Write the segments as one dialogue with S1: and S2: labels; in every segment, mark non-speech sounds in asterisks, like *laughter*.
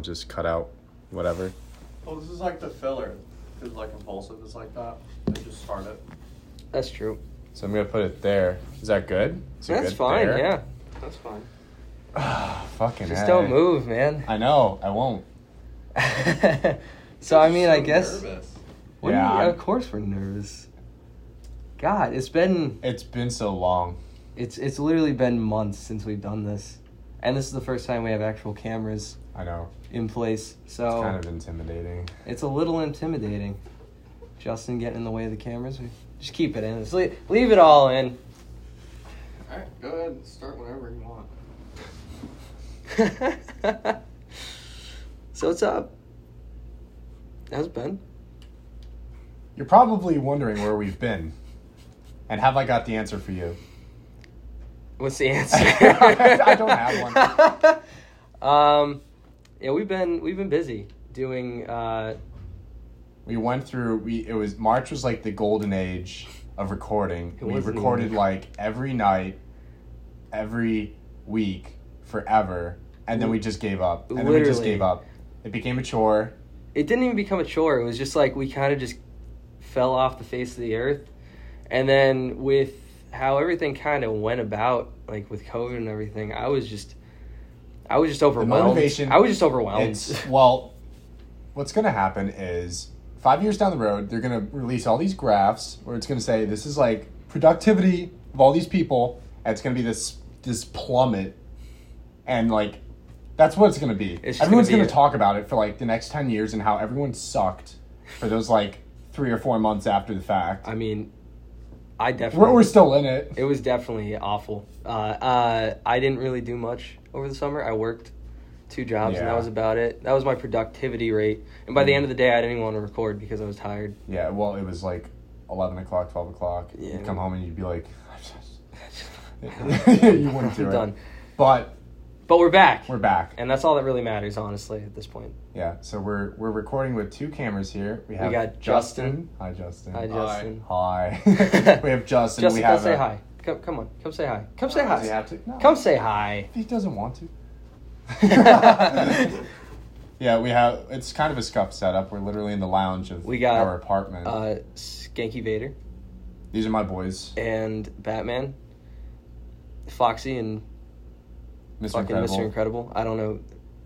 S1: just cut out whatever.
S2: Well, Oh, this is like the filler. Because like impulsive is like that. They just start it.
S3: That's true.
S1: So I'm gonna put it there. Is that good? Is it
S3: That's
S1: good
S3: fine.
S1: there?
S3: Yeah, that's fine.
S1: *sighs* Fucking.
S3: Just
S1: heck.
S3: don't move, man.
S1: I *laughs* know. I won't.
S3: *laughs* so I mean, I guess.
S2: Nervous.
S3: What do you-
S1: Yeah, I'm-
S3: of course we're nervous. God, it's been
S1: It's been so long.
S3: it's it's literally been months since we've done this, and this is the first time we have actual cameras
S1: I know.
S3: in place. So
S1: It's kind of intimidating.
S3: It's a little intimidating. Justin getting in the way of the cameras. We- Just keep it in. Just leave, leave it all in. *laughs*
S2: Alright, go ahead and start whenever you want.
S3: so what's up? How's Ben?
S1: You're probably wondering where we've been, and have I got the answer for you? *laughs*
S3: What's the answer?
S1: I don't have
S3: one. *laughs* um, yeah, we've been we've been busy doing. Uh,
S1: We went through. We it was March was like the golden age of recording.
S3: It
S1: we
S3: wasn't
S1: recorded
S3: even-
S1: like every night, every week, forever, and then we just gave up. And then we just
S3: Literally.
S1: gave up. It became a chore.
S3: it didn't even become a chore. It was just like we kind of just fell off the face of the earth, and then with how everything kind of went about, like with COVID and everything, I was just, I was just overwhelmed.
S1: motivation-
S3: I was just overwhelmed.
S1: It's well, what's gonna happen is five years down the road, they're gonna release all these graphs where it's gonna say this is like productivity of all these people, and it's gonna be this this plummet, and like that's what it's gonna be.
S3: It's just
S1: Everyone's
S3: gonna
S1: gonna,
S3: be it.
S1: talk about it for like the next ten years and how everyone sucked for those like three or four months after the fact.
S3: I mean, I definitely.
S1: we're, we're still in it.
S3: it was definitely awful. Uh, uh, I didn't really do much over the summer. I worked two jobs, and
S1: Yeah. Mm.
S3: that was about it. That was my productivity rate. And by the end of the day, I didn't even want to record because I
S1: *laughs*
S3: was tired.
S1: Yeah, well, it was like eleven o'clock, twelve o'clock.
S3: Yeah.
S1: You'd come home and you'd be
S3: *laughs*
S1: like, *laughs* you wouldn't do
S3: I'm
S1: it.
S3: done.
S1: But
S3: But we're back.
S1: we're back.
S3: And that's all that really matters, honestly, at this point.
S1: Yeah, so we're we're recording with two cameras here. We have
S3: got Justin.
S1: Hi, Justin.
S3: Hi, Justin. *laughs*
S1: Hi. *laughs* we have Justin.
S3: Justin,
S1: we have
S3: come say
S1: a-
S3: hi. Come, come on, come say hi. Come say
S1: Does he
S3: hi.
S1: have to? No.
S3: Come say hi.
S1: He doesn't want
S3: *laughs*
S1: to. *laughs* yeah, we have. It's kind of a scuff setup. We're literally in the lounge of
S3: We got,
S1: our apartment.
S3: Uh, Skanky Vader
S1: These are my boys,
S3: and Batman, Foxy and
S1: Mr.
S3: fucking
S1: Incredible.
S3: Mr. Incredible. I don't know.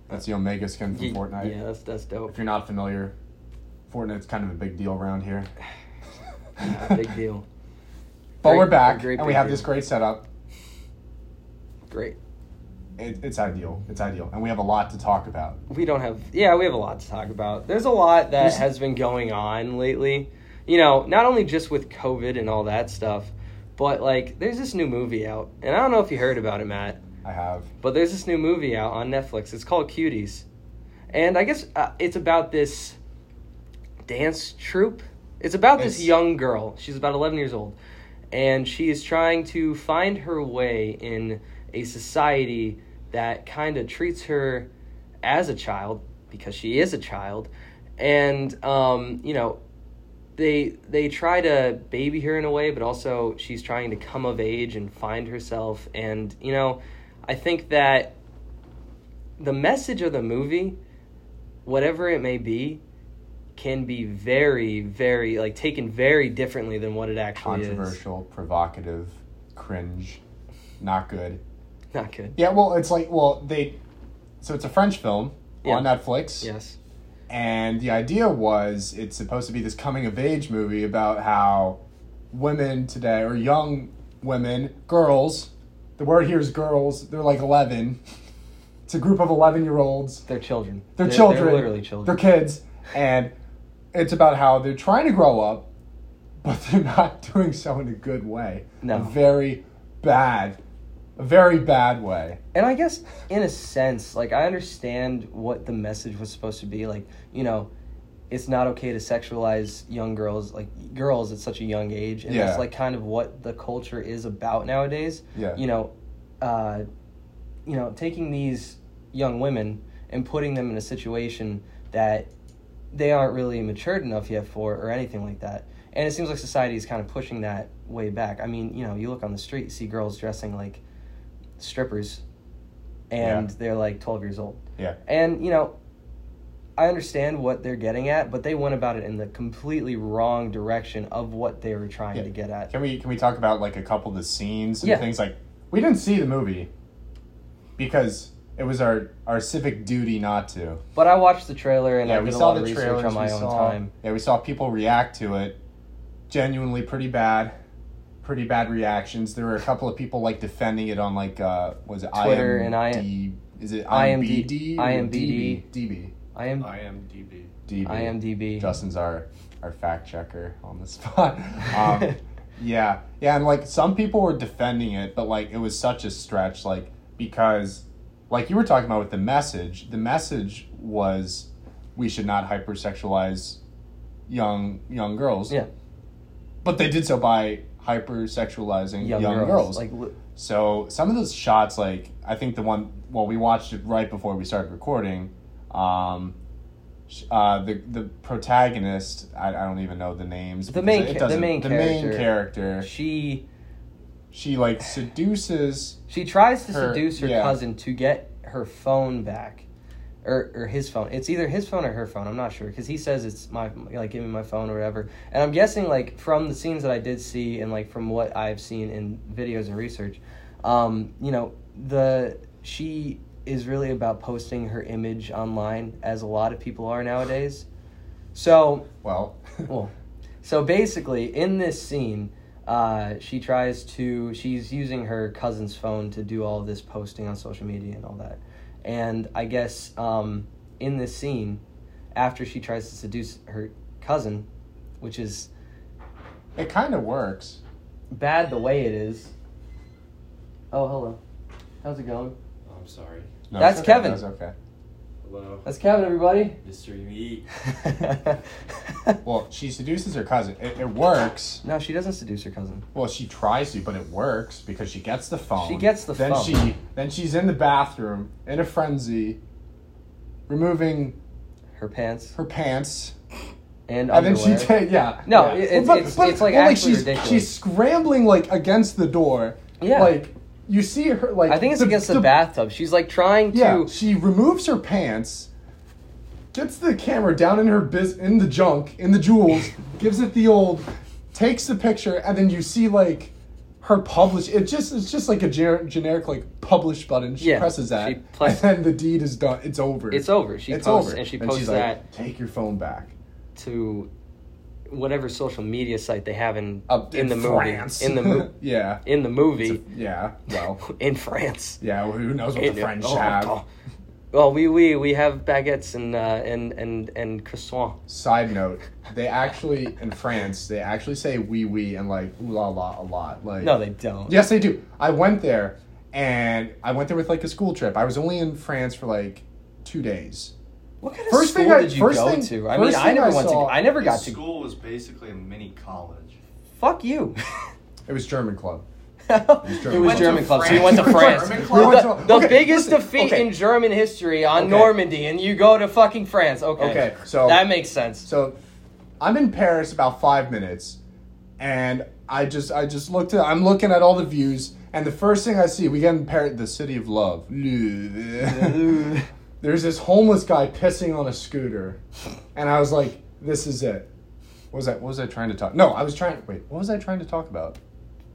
S1: That's the Omega skin from
S3: Ye-
S1: Fortnite.
S3: Yeah, that's that's dope.
S1: If you're not familiar, Fortnite's kind of a big deal around
S3: *sighs*
S1: here.
S3: *laughs* Big
S1: *laughs*
S3: deal.
S1: But
S3: Great-
S1: we're back,
S3: great
S1: and
S3: big
S1: we have
S3: deal.
S1: this great setup.
S3: Great.
S1: It, it's ideal. It's ideal, and we have a lot to talk about.
S3: We don't have. Yeah, we have a lot to talk about. There's a lot that
S1: There's-
S3: has been going on lately. You know, not only just with COVID and all that stuff, but like there's this new movie out, and I don't know if you heard about it, Matt.
S1: I have.
S3: But there's this new movie out on Netflix. It's called Cuties, and I guess uh, it's about this dance troupe. It's about this
S1: It's-
S3: young girl. She's about 11 years old, and she is trying to find her way in a society that kind of treats her as a child because she is a child, and um, you know they they try to baby her in a way, but also she's trying to come of age and find herself. And you know, I think that the message of the movie, whatever it may be, can be very, very like taken very differently than what it actually is.
S1: Controversial, provocative, cringe, not good.
S3: Not good.
S1: Yeah, well, it's like well they, so it's a French film on
S3: Yeah.
S1: Netflix.
S3: Yes.
S1: And the idea was it's supposed to be this coming of age movie about how women today, or young women, girls, the word here is girls, they're like 11. *laughs* It's a group of 11 year olds.
S3: They're children.
S1: They're, children.
S3: They're literally children.
S1: They're kids. And it's about how they're trying to grow up, but *laughs* they're not doing so in a good way. A
S3: No.
S1: very bad, a very bad way.
S3: and I guess in a sense, like I understand what the message was supposed to be. Like you know, it's not okay to sexualize young girls, like girls at such a young age, and
S1: Yeah.
S3: that's like kind of what the culture is about nowadays.
S1: Yeah.
S3: You know, uh, you know, taking these young women and putting them in a situation that they aren't really matured enough yet for, or anything like that. And it seems like society is kind of pushing that way back. I mean, you know, you look on the street, you see girls dressing like strippers, and
S1: Yeah.
S3: they're like twelve years old.
S1: Yeah.
S3: And you know, I understand what they're getting at, but they went about it in the completely wrong direction of what they were trying
S1: Yeah.
S3: to get at.
S1: Can we can we talk about like a couple of the scenes and
S3: Yeah.
S1: things like we didn't see the movie because it was our our civic duty not to.
S3: But I watched the trailer and I
S1: yeah,
S3: did
S1: we
S3: a
S1: saw
S3: lot of
S1: the
S3: research
S1: trailers.
S3: on my
S1: we
S3: own
S1: saw,
S3: time.
S1: Yeah, we saw people react to it. Genuinely pretty bad, pretty bad reactions. There were a couple of people like defending it on like uh was it
S3: Twitter and I-
S1: IMD, is it
S3: IMD
S1: IMBD
S3: IMDb.
S1: DB
S3: I am
S2: IMDb.
S1: DB
S3: IMDb.
S1: Justin's our our fact checker on the spot. *laughs* Um, yeah, yeah, and like some people were defending it, but like it was such a stretch, like because, like you were talking about with the message, the message was we should not hypersexualize young young girls.
S3: Yeah.
S1: but they did so by hypersexualizing young, girls.
S3: Like li-
S1: So some of those shots, like I think the one, well, we watched it right before we started recording. Um, sh- uh, the the protagonist, I, I don't even know the names.
S3: The
S1: because
S3: main
S1: it
S3: ca- the
S1: doesn't-
S3: main
S1: the main
S3: character.
S1: character.
S3: she
S1: She like seduces.
S3: she tries to
S1: Her-
S3: seduce her
S1: yeah.
S3: cousin to get her phone back. Or, or his phone. It's either his phone or her phone. I'm not sure because he says it's my like give me my phone or whatever. And I'm guessing like from the scenes that I did see and like from what I've seen in videos and research, um, you know the she is really about posting her image online as a lot of people are nowadays. So
S1: Well, *laughs*
S3: well, so basically, in this scene, uh, she tries to. She's using her cousin's phone to do all this posting on social media and all that. And I guess um, in this scene, after she tries to seduce her cousin, which is
S1: it kind of works.
S3: bad the way it is. Oh, hello. How's it going?
S4: I'm sorry.
S1: No,
S3: That's
S1: it's
S3: Kevin.
S1: That's okay.
S4: Hello,
S3: That's Kevin, everybody.
S4: Mr. Meat.
S1: Well, she seduces her cousin. It, it works.
S3: *laughs* no, she doesn't seduce her cousin.
S1: Well, she tries to, but it works because she gets the phone.
S3: She gets the
S1: then
S3: phone.
S1: Then she then she's in the bathroom in a frenzy, removing
S3: Her pants
S1: her pants. And
S3: and underwear.
S1: then she did, yeah.
S3: No,
S1: yeah.
S3: it- it's- it's- it's, like, actually
S1: she's,
S3: ridiculous.
S1: She's scrambling like against the door.
S3: Yeah.
S1: like you see her like.
S3: I
S1: *laughs*
S3: think it's against the, bathtub. She's like trying to.
S1: Yeah, she removes her pants, gets the camera down in her biz in the junk in the
S3: *laughs*
S1: jewels, gives it the old, takes the picture, and then you see like her publish. It just it's just like a ger- generic like publish button. She
S3: Yeah,
S1: presses that,
S3: she press-
S1: and then the deed is done. It's over.
S3: It's over. She posts and she posts
S1: she's
S3: that
S1: Like, Take your phone back.
S3: to whatever social media site they have in
S1: Up
S3: in, the
S1: France.
S3: movie in the mo-
S1: *laughs* yeah.
S3: in the movie
S1: Yeah, well,
S3: in France.
S1: yeah. well, Who knows what
S3: In-
S1: the French
S3: oh,
S1: have?
S3: oh. Well, we we we have baguettes and uh, and and and croissant.
S1: Side note: They actually in France they actually say "wee wee" and like "ooh la la" a lot. Like
S3: No, they don't.
S1: yes, they do. I went there, and I went there with like a school trip. I was only in France for like two days.
S3: What kind of
S1: First
S3: school
S1: thing I-
S3: did you
S1: first
S3: go
S1: thing-
S3: to? I
S1: first
S3: mean, I
S1: thing
S3: never
S1: I
S3: went
S1: saw-
S3: to. I never
S2: His
S3: got to.
S2: school was basically a mini college.
S1: *laughs*
S3: Fuck you.
S1: It was German club. German.
S3: it was
S1: Went to
S3: German club. So you
S2: France.
S3: went to
S2: German
S3: France.
S2: club?
S3: The, the
S1: Okay,
S3: biggest
S1: listen,
S3: defeat
S1: okay.
S3: in German history on
S1: Okay.
S3: Normandy, and you go to fucking France. Okay.
S1: Okay, so-
S3: that makes sense.
S1: So I'm in Paris about five minutes, and I just I just looked at I'm looking at all the views, and the first thing I see we get in Paris, the city of love.
S3: *laughs*
S1: There's this homeless guy pissing on a scooter, and I was like, "This is it." What was that? What was I trying to talk? No, I was trying. Wait, what was I trying to talk about?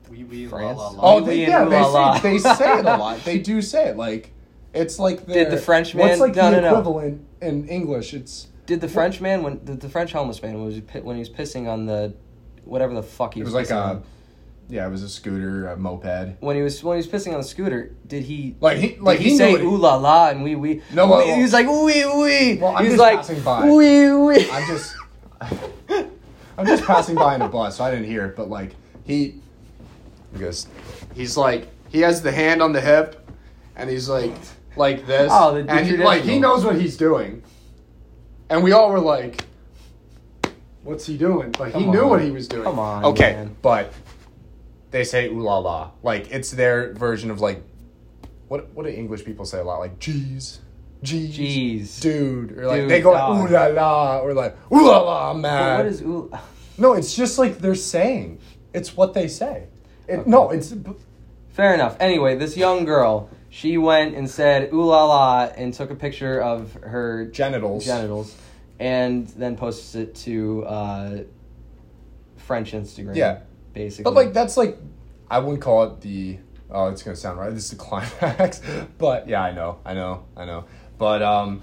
S2: Wee wee la
S3: France?
S2: la la.
S1: Oh,
S3: Wee
S1: they,
S3: wee and
S1: yeah,
S3: ooh
S1: they
S3: la la.
S1: say, they say it a
S3: *laughs*
S1: lot. They do say it. Like, it's like the
S3: the French man-
S1: What's like
S3: no,
S1: the
S3: no, no.
S1: equivalent in English? It's
S3: Did the French man when the, the French homeless man was pi- when he was pissing on the whatever the fuck he
S1: it
S3: was,
S1: was like
S3: pissing
S1: a
S3: on.
S1: yeah, it was a scooter, a moped.
S3: when he was when he was pissing on the scooter did he
S1: Like he,
S3: like
S1: like
S3: did he,
S1: he,
S3: say
S1: knew
S3: ooh
S1: it.
S3: la la and wee wee
S1: No,
S3: Wee-
S1: well, well-
S3: he was like wee wee
S1: Well, I'm
S3: he
S1: just
S3: was like
S1: passing by.
S3: wee wee
S1: I'm just, I'm just passing by in a bus, so I didn't hear it. But like he, he goes, he's like he has the hand on the hip, and he's like like this,
S3: Oh, the- the
S1: and he, like he
S3: traditional.
S1: knows what he's doing, and we all were like, what's he doing? Like he
S3: Come
S1: knew
S3: on.
S1: what he was doing.
S3: Come on,
S1: okay,
S3: man.
S1: but they say ooh la la, like it's their version of like, what what do English people say a lot? Like jeez. Jeez,
S3: Jeez.
S1: dude, or like
S3: Dude,
S1: they go
S3: dog.
S1: ooh la la, or like ooh la la, man.
S3: But *laughs* what is ooh
S1: No, it's just like they're saying. It's what they say. It, No, it's b-
S3: fair enough anyway this young girl she went and said ooh la la and took a picture of her
S1: Genitals.
S3: genitals and then posted it to uh, French Instagram.
S1: Yeah.
S3: Basically.
S1: But like that's like I wouldn't call it the oh it's gonna sound right. *laughs* This is the climax. but yeah, I know, I know, I know. But um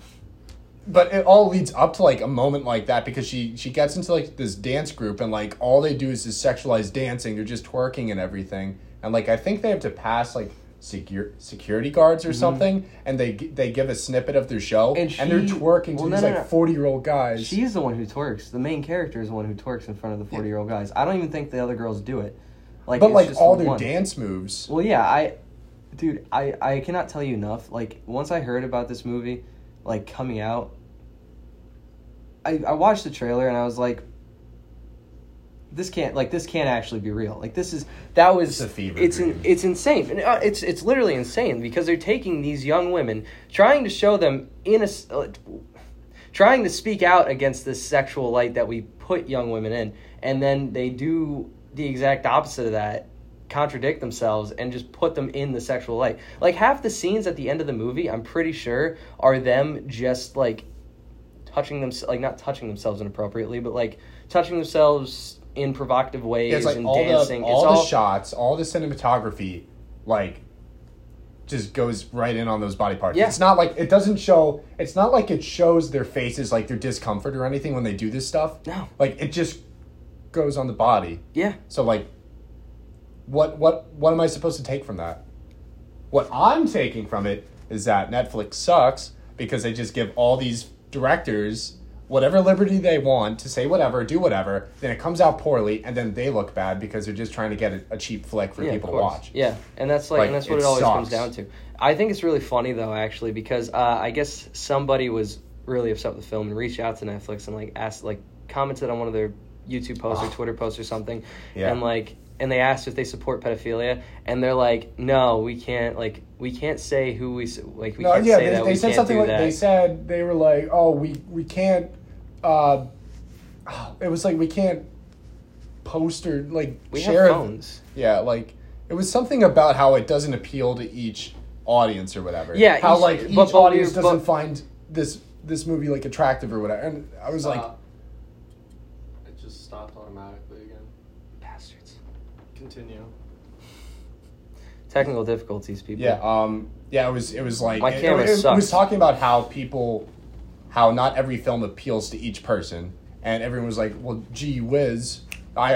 S1: but it all leads up to like a moment like that because she she gets into like this dance group and like all they do is this sexualized dancing. You're just twerking and everything. And like I think they have to pass like secure security guards or something, and they gi- they give a snippet of their show
S3: Mm-hmm.
S1: and,
S3: And
S1: they're
S3: she-
S1: twerking to
S3: well, no,
S1: these
S3: no, no.
S1: like forty year old guys.
S3: She's the one who twerks. The main character is the one who twerks in front of the forty-year-old guys. I don't even think the other girls do it. Like,
S1: but
S3: it's
S1: like
S3: just
S1: all
S3: the
S1: their
S3: one.
S1: dance moves.
S3: Well, yeah, I, dude, I I cannot tell you enough. Like once I heard about this movie, like coming out, I I watched the trailer and I was like, this can't like this can't actually be real. Like this is that was
S1: It's a fever
S3: It's
S1: dream.
S3: in, it's insane. And, uh, it's it's literally insane because they're taking these young women, trying to show them in a. s- Uh, trying to speak out against this sexual light that we put young women in and then they do the exact opposite of that contradict themselves and just put them in the sexual light like half the scenes at the end of the movie i'm pretty sure are them just like touching them like not touching themselves inappropriately but like touching themselves in provocative ways
S1: Yeah, it's like
S3: and
S1: all
S3: dancing
S1: the all
S3: it's
S1: the
S3: all
S1: shots, all the cinematography, like just goes right in on those body parts.
S3: Yeah.
S1: It's not like it doesn't show. It's not like it shows their faces, like their discomfort or anything when they do this stuff.
S3: No.
S1: like it just goes on the body.
S3: yeah
S1: So like, what what what am I supposed to take from that? What I'm taking from it is that Netflix sucks because they just give all these directors whatever liberty they want to say whatever, do whatever. Then it comes out poorly, and then they look bad because they're just trying to get a, a cheap flick for
S3: yeah,
S1: people
S3: of
S1: to
S3: course.
S1: watch.
S3: Yeah, and that's like,
S1: Like,
S3: and that's what
S1: it
S3: it, always comes
S1: sucks.
S3: down to. I think it's really funny though, actually, because uh, I guess somebody was really upset with the film and reached out to Netflix and like asked, like commented on one of their YouTube posts or Twitter posts or something,
S1: Yeah.
S3: and like, and they asked if they support pedophilia, and they're like, no, we can't, like, we can't say who we s- like, we
S1: No,
S3: can't
S1: yeah,
S3: say
S1: they,
S3: that,
S1: they
S3: we
S1: said
S3: can't
S1: something
S3: do
S1: like
S3: that.
S1: they said they were like, oh, we we can't. Uh, it was like we can't post or like
S3: we
S1: share
S3: have phones.
S1: Yeah, like it was something about how it doesn't appeal to each audience or whatever.
S3: Yeah,
S1: how
S3: each-
S1: like
S3: but-
S1: each
S3: but
S1: audience
S3: we're-
S1: doesn't
S3: but-
S1: find this this movie like attractive or whatever. And I was like,
S2: Uh, it just stopped automatically again.
S3: Bastards.
S2: Continue.
S3: Technical difficulties, people.
S1: yeah, um, yeah, it was it was like
S3: My
S1: it,
S3: camera
S1: it- it
S3: sucks.
S1: was talking about how people, how not every film appeals to each person, and everyone was like, well, gee whiz, I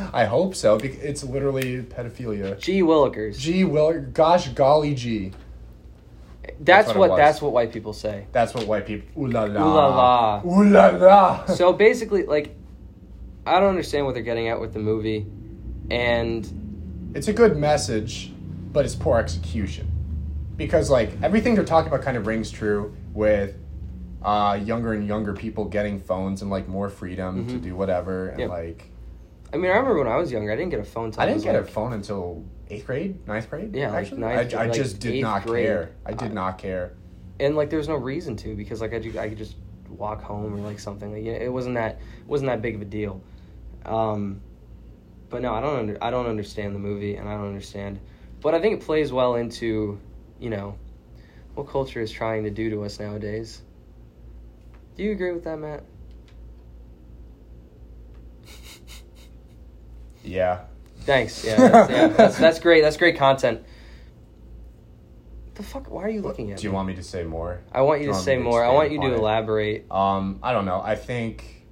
S1: *laughs* I hope so. Because it's literally pedophilia.
S3: Gee Willikers.
S1: Gee, well, gosh, golly, gee.
S3: that's,
S1: that's what it
S3: what,
S1: was.
S3: that's what white people say.
S1: That's what white people. Ooh la
S3: la la.
S1: la. Ooh la la.
S3: so basically, like, I don't understand what they're getting at with the movie, and
S1: it's a good message, but it's poor execution. Because like everything they're talking about kind of rings true with uh, younger and younger people getting phones and like more freedom
S3: Mm-hmm.
S1: to do whatever and
S3: Yeah.
S1: like
S3: I mean, I remember when I was younger, I didn't get a phone. Till
S1: I didn't
S3: was,
S1: get a
S3: like-
S1: phone until eighth grade, ninth grade.
S3: Yeah, like,
S1: actually,
S3: ninth-
S1: I, I
S3: like,
S1: just did
S3: eighth
S1: not
S3: grade.
S1: care. I did
S3: I-
S1: not care.
S3: and like there was no reason to because like I, ju- I could just walk home or like something. Like, yeah, it wasn't that it wasn't that big of a deal. Um, but no, I don't under, I don't understand the movie, and I don't understand. But I think it plays well into you know what culture is trying to do to us nowadays. Do you agree with that, Matt?
S1: Yeah,
S3: Thanks. Yeah, that's, yeah, that's, that's great. That's great content. The fuck? Why are you looking at
S1: do you
S3: me?
S1: want me to say more?
S3: I want you
S1: do you
S3: to
S1: want
S3: say
S1: me to
S3: more. I
S1: expand
S3: want you to
S1: upon it?
S3: elaborate.
S1: Um, I don't know. I think,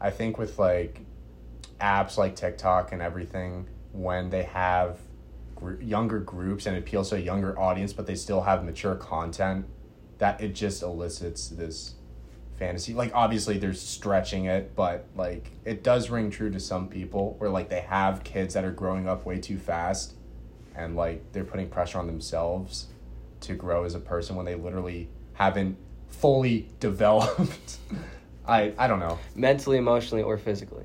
S1: I think with like apps like TikTok and everything, when they have gr- younger groups and appeals to a younger audience, but they still have mature content, that it just elicits this fantasy. Like obviously, they're stretching it, but like it does ring true to some people, where like they have kids that are growing up way too fast, and like they're putting pressure on themselves to grow as a person when they literally haven't fully *laughs* developed. I I don't know,
S3: mentally, emotionally, or physically,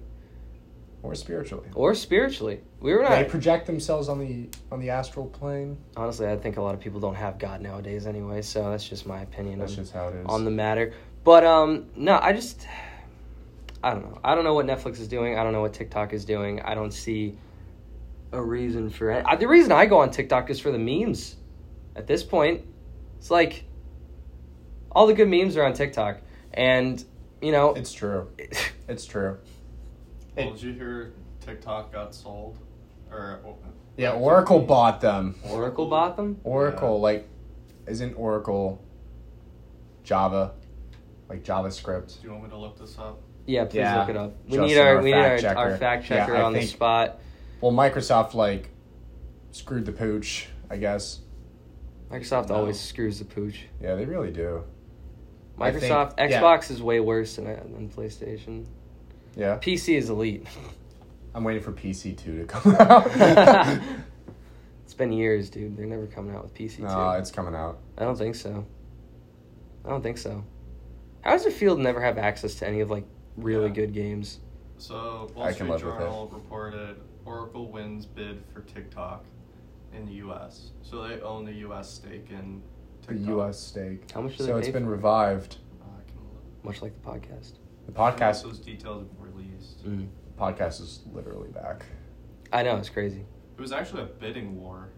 S1: or spiritually.
S3: or spiritually. We were
S1: They
S3: not.
S1: project themselves on the on the astral plane.
S3: Honestly, I think a lot of people don't have God nowadays, anyway. So that's just my opinion
S1: That's
S3: on,
S1: just how it is.
S3: on the matter. But um, no, I just, I don't know. I don't know what Netflix is doing. I don't know what TikTok is doing. I don't see a reason for it. I, the reason I go on TikTok is for the memes. at this point, it's like all the good memes are on TikTok, and you know,
S1: It's true.
S3: *laughs*
S1: It's true.
S2: Well, did you hear TikTok got sold? Or oh,
S1: Yeah, Oracle bought them.
S3: Oracle bought them.
S1: Oracle, like, isn't Oracle Java, like JavaScript?
S2: Do you want me to look this up?
S3: Yeah, please
S1: Yeah.
S3: look it up. We
S1: Justin,
S3: need our,
S1: our
S3: we need our,
S1: fact checker.
S3: our fact
S1: Yeah,
S3: checker
S1: I
S3: on the
S1: think-
S3: spot.
S1: Well, Microsoft like screwed the pooch, I guess.
S3: Microsoft
S2: No.
S3: always screws the pooch.
S1: Yeah, they really do. I think-
S3: Microsoft
S1: yeah.
S3: Xbox is way worse than than PlayStation.
S1: Yeah,
S3: PC is elite.
S1: I'm waiting for PC two to come *laughs*
S3: *laughs*
S1: out.
S3: it's been years, dude. They're never coming out with PC two.
S1: no, it's coming out.
S3: I don't think so. I don't think so. How does it feel to never have access to any of like really
S2: Yeah.
S3: good games?
S2: So, Wall
S1: I can
S2: Street
S1: live with
S2: Journal reported Oracle wins bid for TikTok in the U.S. So they own the U.S. stake in
S1: The
S2: TikTok. Uh,
S1: U.S. stake.
S3: How much do
S1: So
S3: they
S1: it's
S3: pay
S1: been
S3: for it?
S1: revived.
S2: I can look.
S3: Much like the podcast.
S1: The
S2: I don't know if
S1: podcast Mm.
S2: Those details were released.
S1: podcast is literally back.
S3: I know it's crazy.
S2: It was actually a bidding war.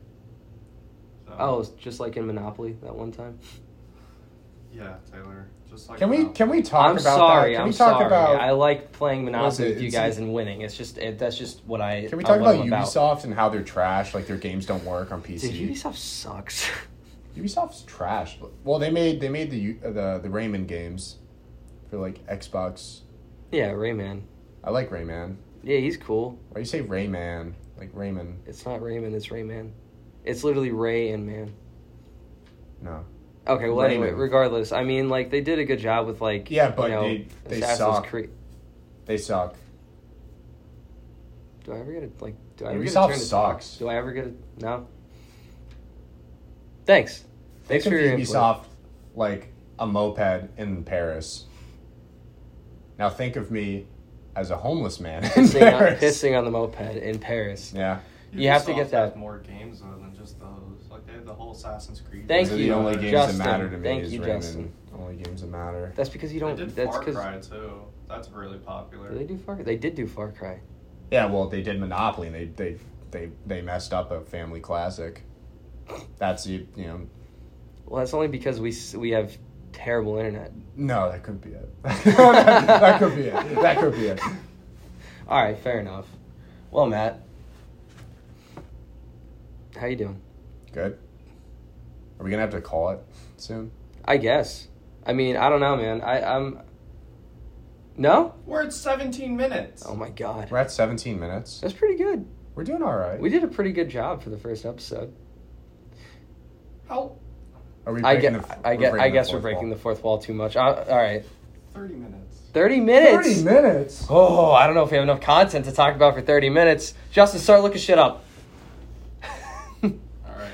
S2: So,
S3: Oh, it's just like in Monopoly that one time.
S2: Yeah, Taylor. Just like uh,
S1: Can we
S2: now.
S1: can we talk
S3: I'm
S1: about
S3: sorry.
S1: that? Can
S3: I'm
S1: we talk
S3: sorry.
S1: about
S3: I like playing
S1: was
S3: Monopoly
S1: it?
S3: with you
S1: It's-
S3: guys and winning. It's just it, that's just what I.
S1: Can we
S3: uh,
S1: talk
S3: what
S1: about
S3: I'm
S1: Ubisoft and how they're trash? Like their games don't work on PC.
S3: Dude, Ubisoft sucks. *laughs*
S1: Ubisoft's trash. Well, they made they made the U- uh, the the Rayman games for like Xbox.
S3: yeah, Rayman.
S1: I like Rayman.
S3: Yeah, he's cool.
S1: Why do you say Rayman? Like Rayman?
S3: It's not Rayman. It's Rayman. It's literally Ray and Man.
S1: No.
S3: Okay. Well, anyway,
S1: Rayman.
S3: regardless, I mean, like they did a good job with like
S1: Yeah, but
S3: you know,
S1: they- they
S3: Assassin's
S1: suck.
S3: Creed.
S1: They suck.
S3: Do I ever get a like? Do I ever get a
S1: Ubisoft
S3: turn to
S1: sucks.
S3: talk? Do I ever get a no? Thanks.
S1: They
S3: Thanks
S1: took
S3: for your input.
S1: Ubisoft like a moped in Paris. Now think of me as a homeless man in
S3: Pissing
S1: *laughs*
S3: on,
S1: Paris.
S3: pissing on the moped in Paris.
S1: Yeah.
S3: You have to get
S2: Ubisoft
S3: that.
S2: has more games though than just those. Like they have the whole Assassin's Creed.
S3: Thank
S1: Those are
S3: you,
S1: the only games
S3: Justin.
S1: that matter to me
S3: Thank
S1: is
S3: you,
S1: Rayman.
S3: Justin.
S1: Only games that matter.
S3: That's because you
S2: They
S3: don't.
S2: did
S3: that's
S2: Far
S3: because
S2: Cry too. That's really popular.
S3: Did they do Far? They did do Far Cry.
S1: Yeah, well, they did Monopoly and they they they they messed up a family classic. That's you, you know,
S3: Well, that's only because we s- we have terrible internet.
S1: No, that could be it. *laughs* that could be it. That could be it.
S3: All right, fair enough. Well, Matt, how you doing?
S1: Good. Are we gonna have to call it soon?
S3: I guess. I mean, I don't know, man. I I'm. No.
S2: We're at 17 minutes.
S3: Oh my God.
S1: We're at 17 minutes.
S3: That's pretty good.
S1: We're doing all right.
S3: We did a pretty good job for the first episode.
S2: How?
S1: Are we?
S3: I
S1: breaking
S3: get,
S1: the f-
S3: I
S1: we're
S3: get,
S1: breaking
S3: I
S1: the
S3: guess we're
S1: fourth
S3: breaking
S1: wall.
S3: the fourth wall too much. Uh, all right,
S2: 30 minutes.
S3: thirty minutes.
S1: 30 minutes.
S3: Oh, I don't know if we have enough content to talk about for thirty minutes. Justin, start looking shit up. *laughs*
S2: All right.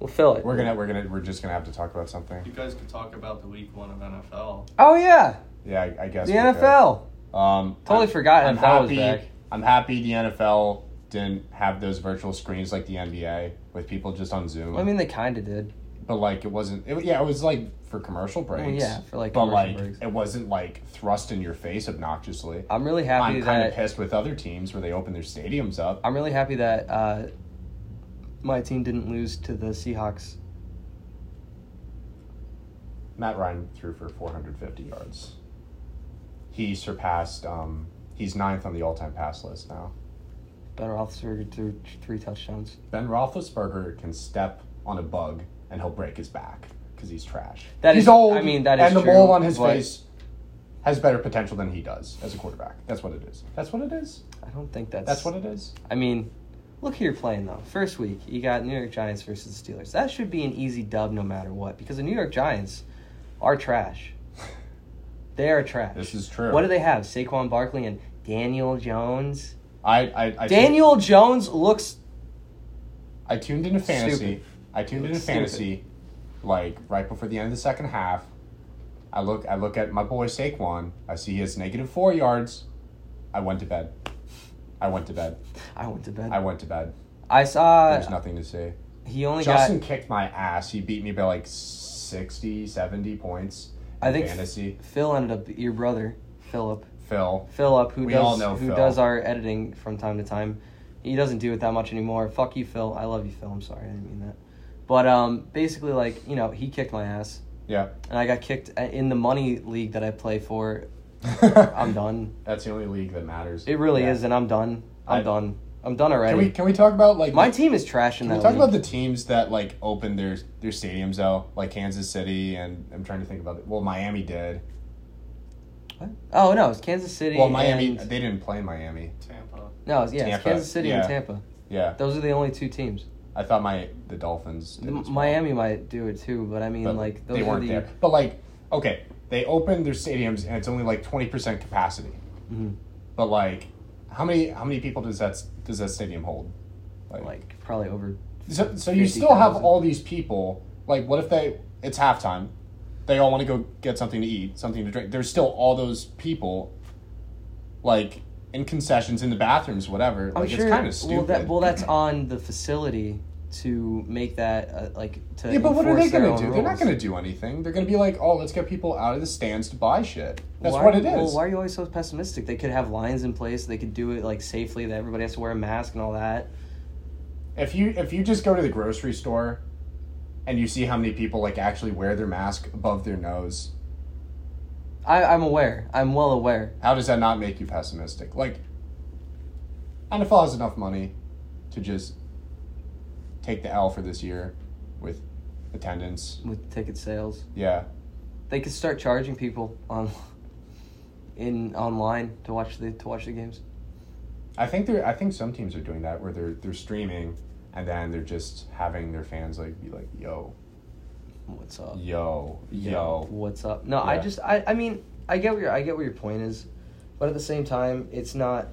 S3: we'll fill it.
S1: We're gonna, we're gonna, we're just gonna have to talk about something.
S2: You guys could talk about the week one of NFL.
S3: Oh yeah,
S1: Yeah, I, I guess
S3: the
S1: we could.
S3: NFL.
S1: Um,
S3: Totally forgot
S1: I'm
S3: NFL was
S1: happy.
S3: back.
S1: I'm happy the NFL didn't have those virtual screens like the NBA with people just on Zoom.
S3: I mean, they kind of did.
S1: but like it wasn't it, yeah it was like for commercial breaks
S3: yeah, for, like,
S1: but
S3: commercial
S1: like
S3: breaks.
S1: it wasn't like thrust in your face obnoxiously
S3: I'm really
S1: i'm
S3: happy
S1: kind of
S3: that
S1: pissed with other teams where they open their stadiums up
S3: I'm really happy that uh, my team didn't lose to the Seahawks.
S1: matt ryan threw for 450 yards he surpassed um he's ninth on the all-time pass list now
S3: Ben Roethlisberger threw t- three touchdowns.
S1: ben roethlisberger can step on a bug and he'll break his back because he's trash
S3: That
S1: he's
S3: is-
S1: old
S3: I mean, that is
S1: and the
S3: true,
S1: mole on his
S3: but-
S1: face has better potential than he does as a quarterback that's what it is that's what it is
S3: I don't think that's
S1: that's what it is
S3: I mean, look who you're playing though. First week, you got New York Giants versus the Steelers. That should be an easy dub no matter what, because the New York Giants
S1: *laughs*
S3: are trash. They are trash.
S1: This is true.
S3: What do they have? Saquon Barkley and Daniel Jones.
S1: I I, I
S3: Daniel Jones looks
S1: I tuned into fantasy.
S3: Stupid.
S1: I tuned into
S3: Stupid.
S1: fantasy, like right before the end of the second half. I look. I look at my boy Saquon. I see he has negative four yards. I went to bed. I went to bed.
S3: I went to bed.
S1: I
S3: I,
S1: went to bed. There's
S3: saw
S1: nothing to see.
S3: he Uh, only
S1: Justin
S3: got
S1: kicked my ass. He beat me by like 60, 70 points.
S3: I
S1: in
S3: think-
S1: fantasy.
S3: Phil ended up your brother, Philip.
S1: Phil.
S3: Philip who
S1: We
S3: does
S1: all know
S3: who
S1: Phil.
S3: does our editing from time to time. He doesn't do it that much anymore. Fuck you, Phil. I love you, Phil. I'm sorry, I didn't mean that. But um, basically, like you know, he kicked my ass,
S1: Yeah.
S3: and I got kicked uh, in the money league that I play for.
S1: *laughs*
S3: I'm done.
S1: That's the only league that matters.
S3: It really
S1: Yeah.
S3: is, and I'm done. I'm
S1: I-
S3: done. I'm done
S1: Can we
S3: already.
S1: can we talk about like
S3: My team is trash in
S1: Can we
S3: that.
S1: talk
S3: league.
S1: about the teams that like opened their their stadiums though, like Kansas City and I'm trying to think about it. Well, Miami did.
S3: What? Oh no, it's Kansas City.
S1: Well, Miami
S3: and-
S1: they didn't play Miami.
S2: Tampa.
S3: no, it's, yeah, it's
S1: Tampa.
S3: Kansas City
S1: Yeah.
S3: and Tampa.
S1: Yeah,
S3: Those are the only two teams.
S1: I thought my the Dolphins. Did
S3: The-
S1: as well.
S3: Miami might do it too, but I mean,
S1: But
S3: like those
S1: they
S3: are
S1: weren't
S3: the.
S1: there. But like, okay, they opened their stadiums and it's only like twenty percent capacity.
S3: Mhm.
S1: But like, how many how many people does that does that stadium hold?
S3: like probably over.
S1: So, so you
S3: 50,000.
S1: still have all these people. Like, what if they? It's halftime. They all want to go get something to eat, something to drink. There's still all those people, like in concessions, in the bathrooms, whatever.
S3: I'm
S1: Like,
S3: sure.
S1: it's kind of stupid.
S3: Well, that,
S1: *clears throat*
S3: well, that's on the facility to make that uh, like to.
S1: yeah, but what are they
S3: enforce
S1: going
S3: their
S1: to
S3: own
S1: do? They're not
S3: rules.
S1: going to do anything. They're going to be like, oh, let's get people out of the stands to buy shit. That's
S3: Why-
S1: what it is.
S3: Well, why are you always so pessimistic? They could have lines in place. They could do it like safely. That everybody has to wear a mask and all that.
S1: if you if you just go to the grocery store and you see how many people like actually wear their mask above their nose
S3: I, I'm aware. I'm well aware.
S1: How does that not make you pessimistic? Like, NFL has enough money to just take the L for this year with attendance.
S3: with ticket sales.
S1: Yeah,
S3: They could start charging people on *laughs* in online to watch the to watch the games.
S1: I think they're. I think some teams are doing that where they're they're streaming and then they're just having their fans like be like, yo,
S3: What's up?
S1: yo, yo.
S3: What's up? No, I
S1: Yeah.
S3: just I I mean I get what your I get what your point is, but at the same time, it's not.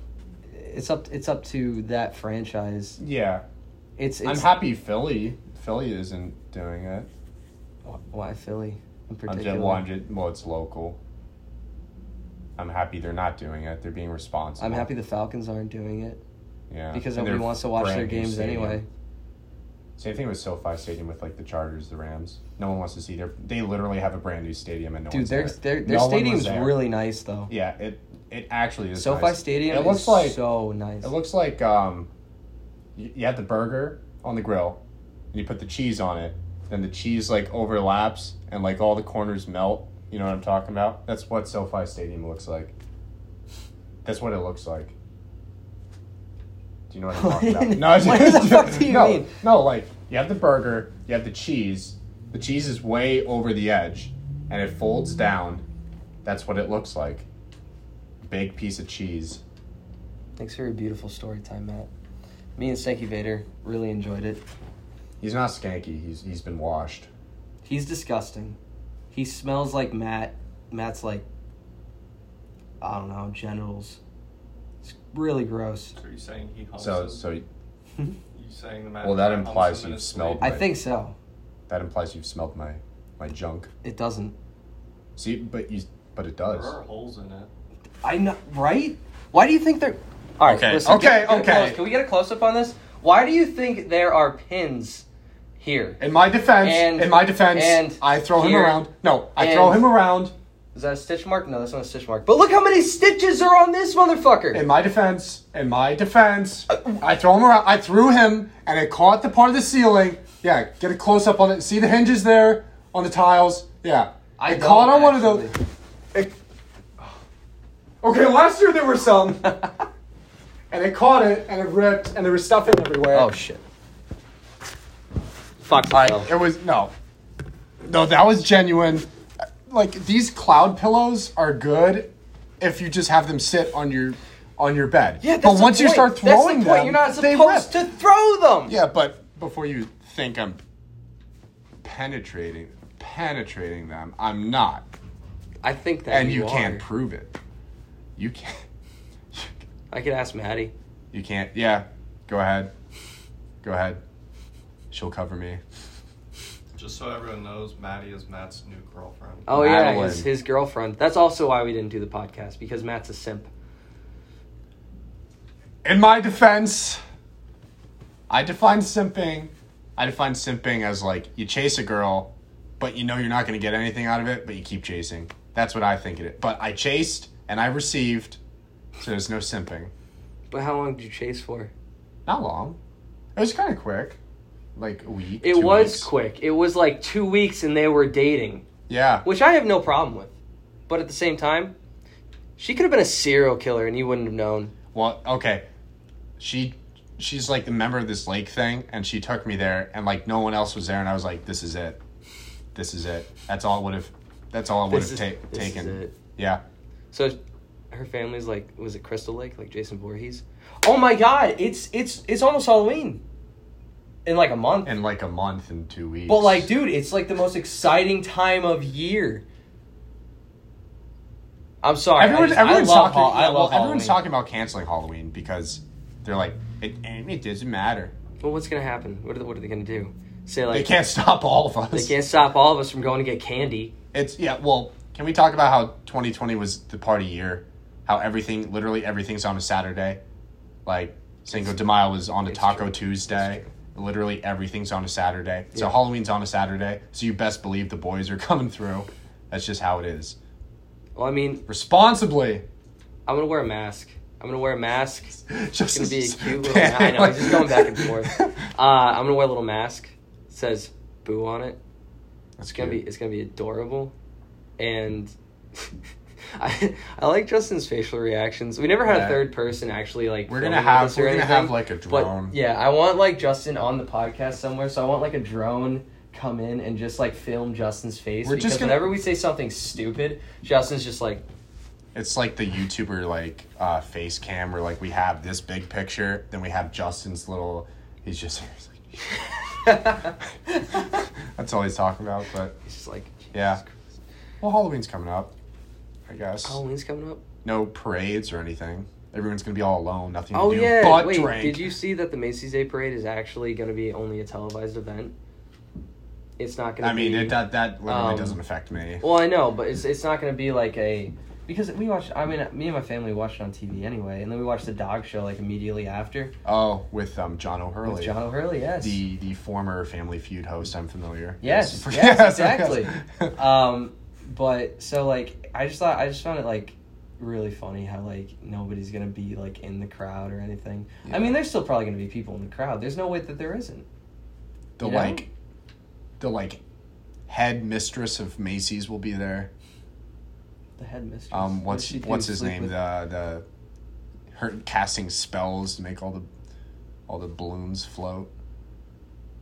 S3: It's up. It's up to that franchise.
S1: Yeah,
S3: It's. it's
S1: I'm happy Philly. Philly isn't doing it.
S3: Why Philly
S1: I'm
S3: in particular?
S1: just, well, I'm just, well, it's local. I'm happy they're not doing it. They're being responsible.
S3: I'm happy the Falcons aren't doing it
S1: yeah.
S3: because
S1: And
S3: nobody
S1: they're
S3: wants to watch their
S1: brand new
S3: games
S1: stadium.
S3: anyway.
S1: Same thing with SoFi Stadium with like the Chargers, the Rams. No one wants to see their. They literally have a brand new stadium and no
S3: Dude,
S1: one's
S3: their
S1: there.
S3: their their
S1: No one was
S3: stadium's
S1: there.
S3: really nice though.
S1: Yeah, it it actually is.
S3: SoFi
S1: nice.
S3: Stadium
S1: It looks
S3: is
S1: like
S3: so nice.
S1: it looks like um, you, you had the burger on the grill, and you put the cheese on it. Then the cheese like overlaps and like all the corners melt. You know what I'm talking about? That's what SoFi Stadium looks like. That's what it looks like. Do you know what I'm talking about?
S3: *laughs*
S1: No, I'm
S3: What
S1: just-
S3: the fuck do you
S1: no,
S3: mean?
S1: No, like you have the burger, you have the cheese. The cheese is way over the edge, and it folds down. That's what it looks like. Big piece of cheese.
S3: Thanks for your beautiful story time, Matt. Me and Stanky Vader really enjoyed it.
S1: He's not skanky. He's he's been washed.
S3: He's disgusting. He smells like Matt. Matt's like, I don't know, genitals. It's really gross.
S2: So you're saying he humps
S1: So
S2: him?
S1: so
S2: you saying the man
S1: Well, that
S2: humps
S1: implies
S2: him in
S1: you've
S2: his
S1: smelled
S2: sleep?
S3: I
S1: Right.
S3: think so.
S1: that implies you've smelled my my junk.
S3: It doesn't.
S1: See, but you but it
S2: There
S1: does.
S2: are holes in it.
S3: I know, right? Why do you think they're. All right,
S1: Okay,
S3: listen,
S1: okay,
S3: get- get a
S1: okay.
S3: close- Can we get a close up on this? Why do you think there are pins here?
S1: In my defense,
S3: And-
S1: in my defense,
S3: and
S1: I throw him
S3: here.
S1: around. No, I throw
S3: And-
S1: him around.
S3: Is that a stitch mark? No, that's not a stitch mark. But look how many stitches are on this motherfucker!
S1: In my defense, in my defense, I throw him around. I threw him, and it caught the part of the ceiling. Yeah, get a close up on it. See the hinges there on the tiles. Yeah,
S3: I
S1: it caught
S3: don't,
S1: on one of
S3: actually.
S1: those. It, okay, last year there were
S3: *laughs*
S1: some, and it caught it, and it ripped, and there was stuff in everywhere.
S3: Oh shit. Fuck
S1: It was no, no. That was genuine. Like these cloud pillows are good if you just have them sit on your on your bed.
S3: Yeah, that's
S1: but
S3: the
S1: once you
S3: point.
S1: start
S3: That's the
S1: throwing
S3: point.
S1: them,
S3: you're not
S1: they
S3: supposed to
S1: rip.
S3: throw them.
S1: Yeah, but before you think I'm penetrating penetrating them, I'm not,
S3: I think that.
S1: and you,
S3: you
S1: can't
S3: are.
S1: prove it. You can't. *laughs*
S3: I could ask Maddie.
S1: You can't. Yeah, go ahead. Go ahead. She'll cover me.
S2: Just so everyone knows, Maddie is Matt's new girlfriend.
S3: Oh yeah, his,
S1: Madeline.
S3: his girlfriend. That's also why we didn't do the podcast because Matt's a simp.
S1: In my defense, I define simping. I define simping as like you chase a girl, but you know you're not going to get anything out of it, but you keep chasing. That's what I think it is. But I chased and I received, so there's no simping.
S3: But how long did you chase for?
S1: Not long. It was kind of quick. like a week.
S3: It
S1: two
S3: was
S1: weeks.
S3: quick. It was like two weeks and they were dating,
S1: Yeah.
S3: which I have no problem with. But at the same time, she could have been a serial killer and you wouldn't have known.
S1: Well, okay. She she's like the member of this lake thing and she took me there and like no one else was there and I was like this is it. This is it. That's all it would have that's all it would
S3: This
S1: have
S3: is-
S1: ta-
S3: this is
S1: taken.
S3: it.
S1: Yeah.
S3: So her family's like, was it Crystal Lake, like Jason Voorhees? Oh my God! It's it's it's almost Halloween, in like a month.
S1: In like a month and 2 weeks.
S3: but like, dude, it's like the most exciting time of year. I'm sorry.
S1: everyone,
S3: I, just,
S1: everyone's
S3: I love,
S1: talking
S3: Hall- I
S1: yeah,
S3: love
S1: well, everyone's
S3: Halloween.
S1: talking about canceling Halloween because they're like it and it doesn't matter.
S3: Well, what's gonna happen? What are, what are they gonna do? Say like
S1: They can't stop all of us.
S3: they can't stop all of us from going to get candy.
S1: It's yeah. Well, can we talk about how 2020 was the party year? How everything, literally everything's on a Saturday. Like Cinco de Mayo was on a
S3: It's
S1: Taco
S3: true.
S1: Tuesday. Literally everything's on a Saturday. So
S3: Yeah.
S1: Halloween's on a Saturday. So you best believe the boys are *laughs* coming through. That's just how it is.
S3: Well, I mean,
S1: Responsibly. *laughs*
S3: I'm gonna wear a mask. I'm gonna wear a mask. It's
S1: Just *laughs*
S3: gonna be a cute little. I know. He's just going back and forth. Uh, I'm gonna wear a little mask. It says "boo" on it.
S1: That's
S3: It's gonna be
S1: cute.
S3: it's gonna be adorable, and *laughs* I I like Justin's facial reactions. We never had
S1: Yeah.
S3: a third person actually like.
S1: We're gonna
S3: filming
S1: have-
S3: with us or
S1: we're gonna have,
S3: anything,
S1: like, a
S3: but,
S1: drone.
S3: yeah, I want like Justin on the podcast somewhere, so I want like a drone come in and just like film Justin's face.
S1: We're
S3: because
S1: just gonna-
S3: whenever we say something stupid, Justin's
S1: *laughs*
S3: just like *laughs*
S1: It's like the YouTuber like uh, face cam where like we have this big picture, then we have Justin's little. He's just. *laughs* He's like, That's all he's talking about. But
S3: he's just like
S1: Yeah.
S3: "Jesus Christ."
S1: well, Halloween's coming up. I guess
S3: Halloween's coming up.
S1: no parades or anything. Everyone's gonna be all alone. Nothing
S3: oh
S1: to do
S3: yeah,
S1: but
S3: wait,
S1: drink.
S3: did you see that the Macy's Day Parade is actually gonna be only a televised event? It's not gonna.
S1: I mean,
S3: be...
S1: it, that that literally
S3: um,
S1: doesn't affect me.
S3: Well, I know, but it's it's not gonna be like a because we watched. I mean, me and my family watched it on TV anyway, and then we watched the dog show like immediately after
S1: Oh, with um John O'Hurley,
S3: with John O'Hurley. Yes.
S1: the the former Family Feud host. I'm familiar. *laughs*
S3: Yes, yes, exactly. um, but so like I just thought I just found it like really funny how like nobody's gonna be like in the crowd or anything.
S1: Yeah.
S3: I mean, there's still probably gonna be people in the crowd. There's no way that there isn't.
S1: the
S3: you know?
S1: like the like head mistress of Macy's will be there.
S3: The headmistress.
S1: Um,
S3: What
S1: what's
S3: does she do?
S1: what's his
S3: Sleep
S1: name?
S3: with-
S1: The the her casting spells to make all the all the balloons float.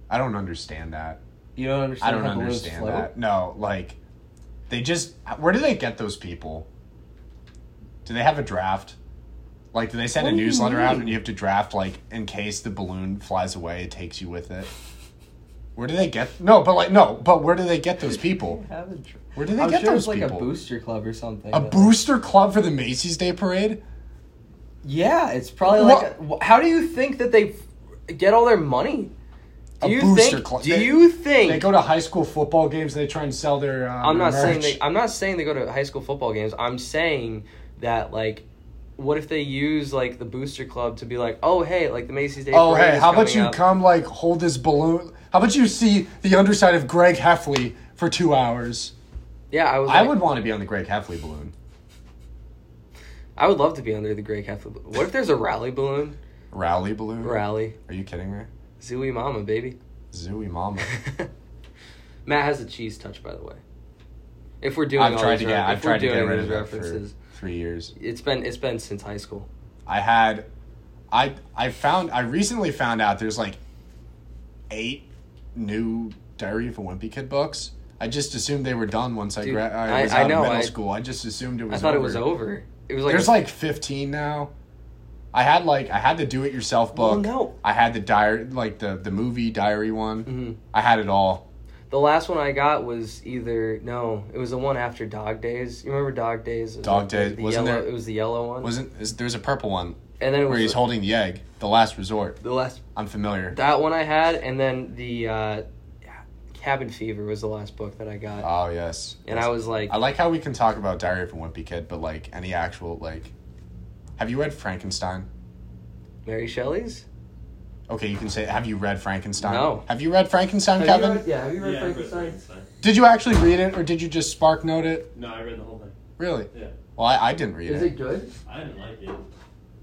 S1: I don't understand that.
S3: you don't
S1: I
S3: understand.
S1: don't
S3: how balloons
S1: understand
S3: float?
S1: that. No, like they just where do they get those people? Do they have a draft? Like, do they send
S3: What
S1: a
S3: do you
S1: newsletter out
S3: mean?
S1: and you have to draft like in case the balloon flies away, it takes you with it? Where do they get? No, but like no, but where do they get those people?
S3: Have a dr-
S1: Where do they
S3: I'm
S1: get
S3: sure
S1: those
S3: it's like
S1: people?
S3: a booster club or something.
S1: A
S3: but-
S1: booster club for the Macy's Day Parade?
S3: Yeah, it's probably like. a- wh- how do you think that they f- get all their money?
S1: A
S3: Do you
S1: booster
S3: think?
S1: club.
S3: Do
S1: They-
S3: you think?
S1: They go to high school football games and they try and sell their. Uh,
S3: I'm not
S1: their
S3: saying
S1: merch.
S3: they. I'm not saying they go to high school football games. I'm saying that like, what if they use like the booster club to be like, oh hey, like the Macy's Day.
S1: Oh
S3: Parade
S1: hey,
S3: is
S1: how about
S3: coming
S1: you
S3: up.
S1: come like hold this balloon? How about you see the underside of Greg Heffley for two hours?
S3: Yeah, I was.
S1: I
S3: like-
S1: would want to be on the Greg Heffley balloon.
S3: I would love to be under the Grey Catholic. What if there's a rally balloon?
S1: Rally balloon?
S3: Rally,
S1: Are you kidding me?
S3: Zooey Mama, baby.
S1: Zooey mama.
S3: *laughs* Matt has a cheese touch, by the way. If we're doing,
S1: I've
S3: all
S1: tried
S3: these
S1: to
S3: re-
S1: get. I've
S3: if we're
S1: tried to get
S3: doing
S1: rid
S3: these
S1: of it for
S3: references,
S1: three years.
S3: it's been it's been since high school.
S1: I had, I I found I recently found out there's like eight new Diary of a Wimpy Kid books. I just assumed they were done once I
S3: Dude,
S1: gra- I
S3: I-
S1: was
S3: I
S1: out of
S3: know,
S1: middle
S3: I-
S1: school. I just assumed it was.
S3: I thought it was over. It was like
S1: There's
S3: a-
S1: like 15 now. I had like I had the do it yourself
S3: Well,
S1: book.
S3: Oh, no.
S1: I had the diary like the the movie diary one.
S3: Mhm.
S1: I had it all.
S3: The last one I got was either no, it was the one after Dog Days. You remember Dog Days? It was
S1: Dog
S3: like the-
S1: Days.
S3: the
S1: Wasn't
S3: yellow-
S1: there-
S3: It was the yellow one.
S1: Wasn't is, there's a purple one
S3: and then it
S1: where
S3: was
S1: he's
S3: the,
S1: holding the egg, the last resort.
S3: the last
S1: I'm familiar.
S3: that one I had, and then the uh, Cabin Fever was the last book that I got,
S1: Oh yes.
S3: and I was like,
S1: I like how we can talk about Diary of a Wimpy Kid, but like any actual like Have you read Frankenstein?
S3: Mary Shelley's.
S1: Okay, you can say have you read Frankenstein?
S3: No.
S1: Have you read Frankenstein, Kevin?
S3: yeah, have you
S4: Yeah, I read Frankenstein.
S1: Did you actually read it or did you just spark note it?
S4: No, I read the whole thing.
S1: Really?
S4: Yeah.
S1: Well, I, I didn't read
S3: Is
S1: it.
S3: it good?
S4: I didn't like it.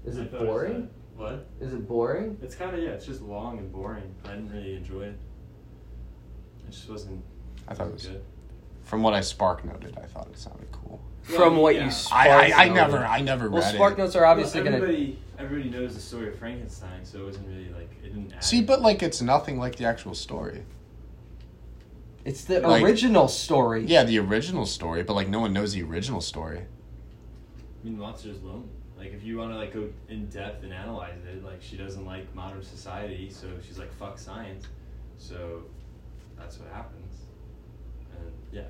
S3: Is
S4: I
S3: it
S4: thought was, uh,
S3: boring?
S4: What?
S3: Is it boring?
S4: It's kind of yeah. It's just long and boring. I didn't really enjoy it. It just wasn't.
S1: I thought it was
S4: good.
S1: from what I spark noted. I thought it sounded cool.
S4: Well,
S3: From what
S4: yeah.
S3: you
S1: I,
S3: spark
S1: I, I
S3: noted.
S1: never I never
S3: Well,
S1: read
S3: spark
S1: it.
S3: notes are obviously
S4: Well,
S3: gonna.
S4: everybody, everybody knows the story of Frankenstein, so it wasn't really like it didn't. Add
S1: See, but like it's nothing like the actual story.
S3: It's the
S1: Like-
S3: original story.
S1: Yeah, the original story, but like no one knows the original story.
S4: I mean, Monster's lonely. Like, if you want to like go in depth and analyze it, like she doesn't like modern society, so she's like, "Fuck science." So that's what happens. And yeah,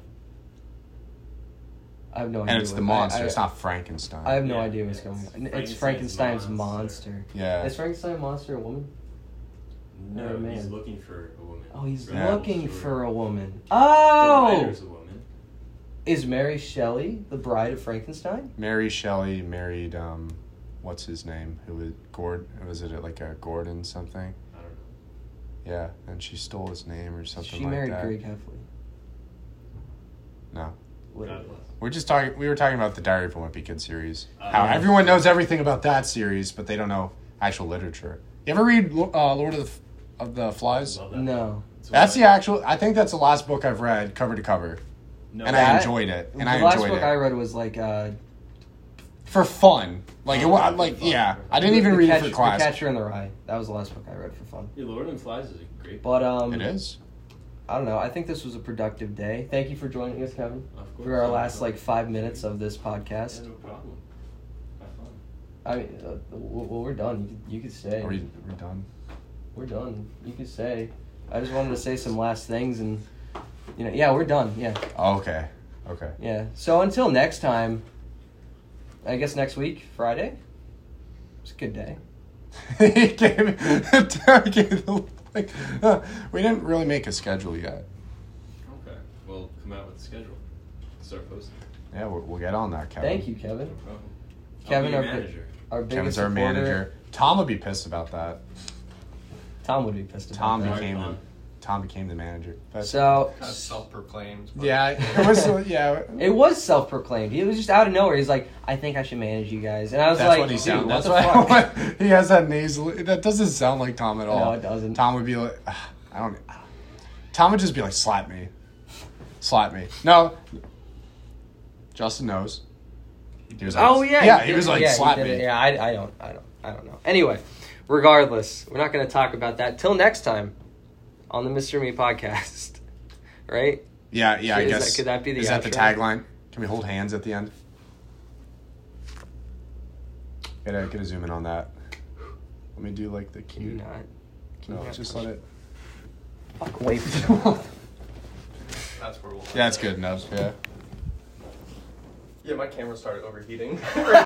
S3: Oh, I have no idea.
S1: And it's
S3: what-
S1: the monster.
S3: I, I,
S1: it's not Frankenstein.
S3: I have no
S4: Yeah,
S3: idea what's
S4: it's
S3: going on. It's
S4: Frankenstein's
S3: Frankenstein's
S4: monster.
S3: monster.
S1: yeah.
S3: Is Frankenstein a monster a woman?
S4: no,
S3: Oh,
S4: he's
S3: man.
S4: looking for a woman.
S3: Oh, he's
S4: Right?
S3: looking
S4: Sure.
S3: for a woman.
S4: The
S3: Oh,
S4: writer's a woman.
S3: is Mary Shelley the bride of Frankenstein?
S1: Mary Shelley married um, what's his name? Who was Gord? Was it like a Gordon something?
S4: I don't know.
S1: Yeah, and she stole his name or something
S3: she
S1: like
S3: married
S1: that.
S3: Greg Heffley.
S1: No.
S3: Literally.
S4: God bless.
S1: We're just talking. We were talking about the Diary of a Wimpy Kid series.
S4: Uh,
S1: How
S4: yeah.
S1: everyone knows everything about that series, but they don't know actual literature. You ever read Lo- uh, Lord of the F- of the Flies?
S4: Love that book.
S3: No,
S4: It's
S1: That's the
S4: one of
S1: actual. I think that's the last book I've read cover to cover,
S4: my- No,
S1: and I
S3: that-
S1: enjoyed it. And
S3: the
S1: I
S3: last
S1: enjoyed
S3: book
S1: it
S3: I read was like uh,
S1: for fun. Like it was like yeah. I didn't even
S3: The
S1: read
S3: Catch-
S1: it for class.
S3: The Catcher in the Rye. That was the last book I read for fun.
S4: Yeah, Lord and Flies is a great. book.
S3: But um,
S1: It is.
S3: I don't know. I think this was a productive day. Thank you for joining us, Kevin,
S4: Of course.
S3: for our last like five minutes of this podcast.
S4: Yeah, no problem. Have fun.
S3: I mean, uh, well, well, we're done. You could, you could stay.
S1: Are we, are we done?
S3: We're done. You could stay. I just wanted to say some last things, and you know, yeah, we're done. Yeah,
S1: Oh, okay. Okay.
S3: yeah. So until next time, I guess next week, Friday. It's a good day.
S1: *laughs* he gave, Derek gave the, like, uh, we didn't really make a schedule yet.
S4: Okay. Well, come out with the schedule. Start posting.
S1: Yeah, we'll, we'll get on that, Kevin.
S3: Thank you,
S4: No
S3: Kevin,
S4: problem.
S3: Kevin,
S4: I'll
S3: our
S4: be
S3: big-
S4: your manager.
S3: our biggest
S1: Kevin's our
S3: supporter.
S1: manager. Tom would be pissed about that.
S3: Tom would be pissed. about
S1: Tom
S3: that.
S4: Alright,
S1: became the
S4: Tom.
S1: Tom became the manager. That's,
S3: So
S2: Kind of self-proclaimed. but-
S1: yeah, it was uh, yeah.
S3: *laughs* it was self-proclaimed. He was just out of nowhere. He's like, I think I should manage you guys, and I was
S1: that's
S3: like,
S1: what he
S3: Dude,
S1: sounds.
S3: what
S1: That's
S3: the
S1: why *laughs*
S3: fuck? *laughs*
S1: he has that nasal. That doesn't sound like Tom at all.
S3: No, it doesn't.
S1: Tom would be like, *sighs* "Ugh, I don't. Tom would just be like, slap me, slap me. No, Justin knows. He was like,
S3: Oh yeah,
S1: yeah.
S3: he
S1: He
S3: did
S1: was
S3: it.
S1: like,
S3: Yeah, he
S1: slap
S3: did
S1: me.
S3: it. Yeah, I, I don't, I don't, I don't know. Anyway, regardless, we're not going to talk about that till next time on the Mr. Me podcast, *laughs* right?
S1: Yeah, yeah, I
S3: Is that-
S1: guess.
S3: could that be the
S1: Is that the
S3: outro?
S1: tagline? Can we hold hands at the end? Gotta, gotta zoom in on that. Let me do like the
S3: Can you
S1: cute.
S3: not? Can you
S1: Mm. No,
S3: not
S1: just let it.
S3: Fuck away from *laughs*
S1: yeah,
S2: That's where we'll.
S1: that's good enough. Yeah. *laughs*
S2: Yeah, my camera started overheating. *laughs*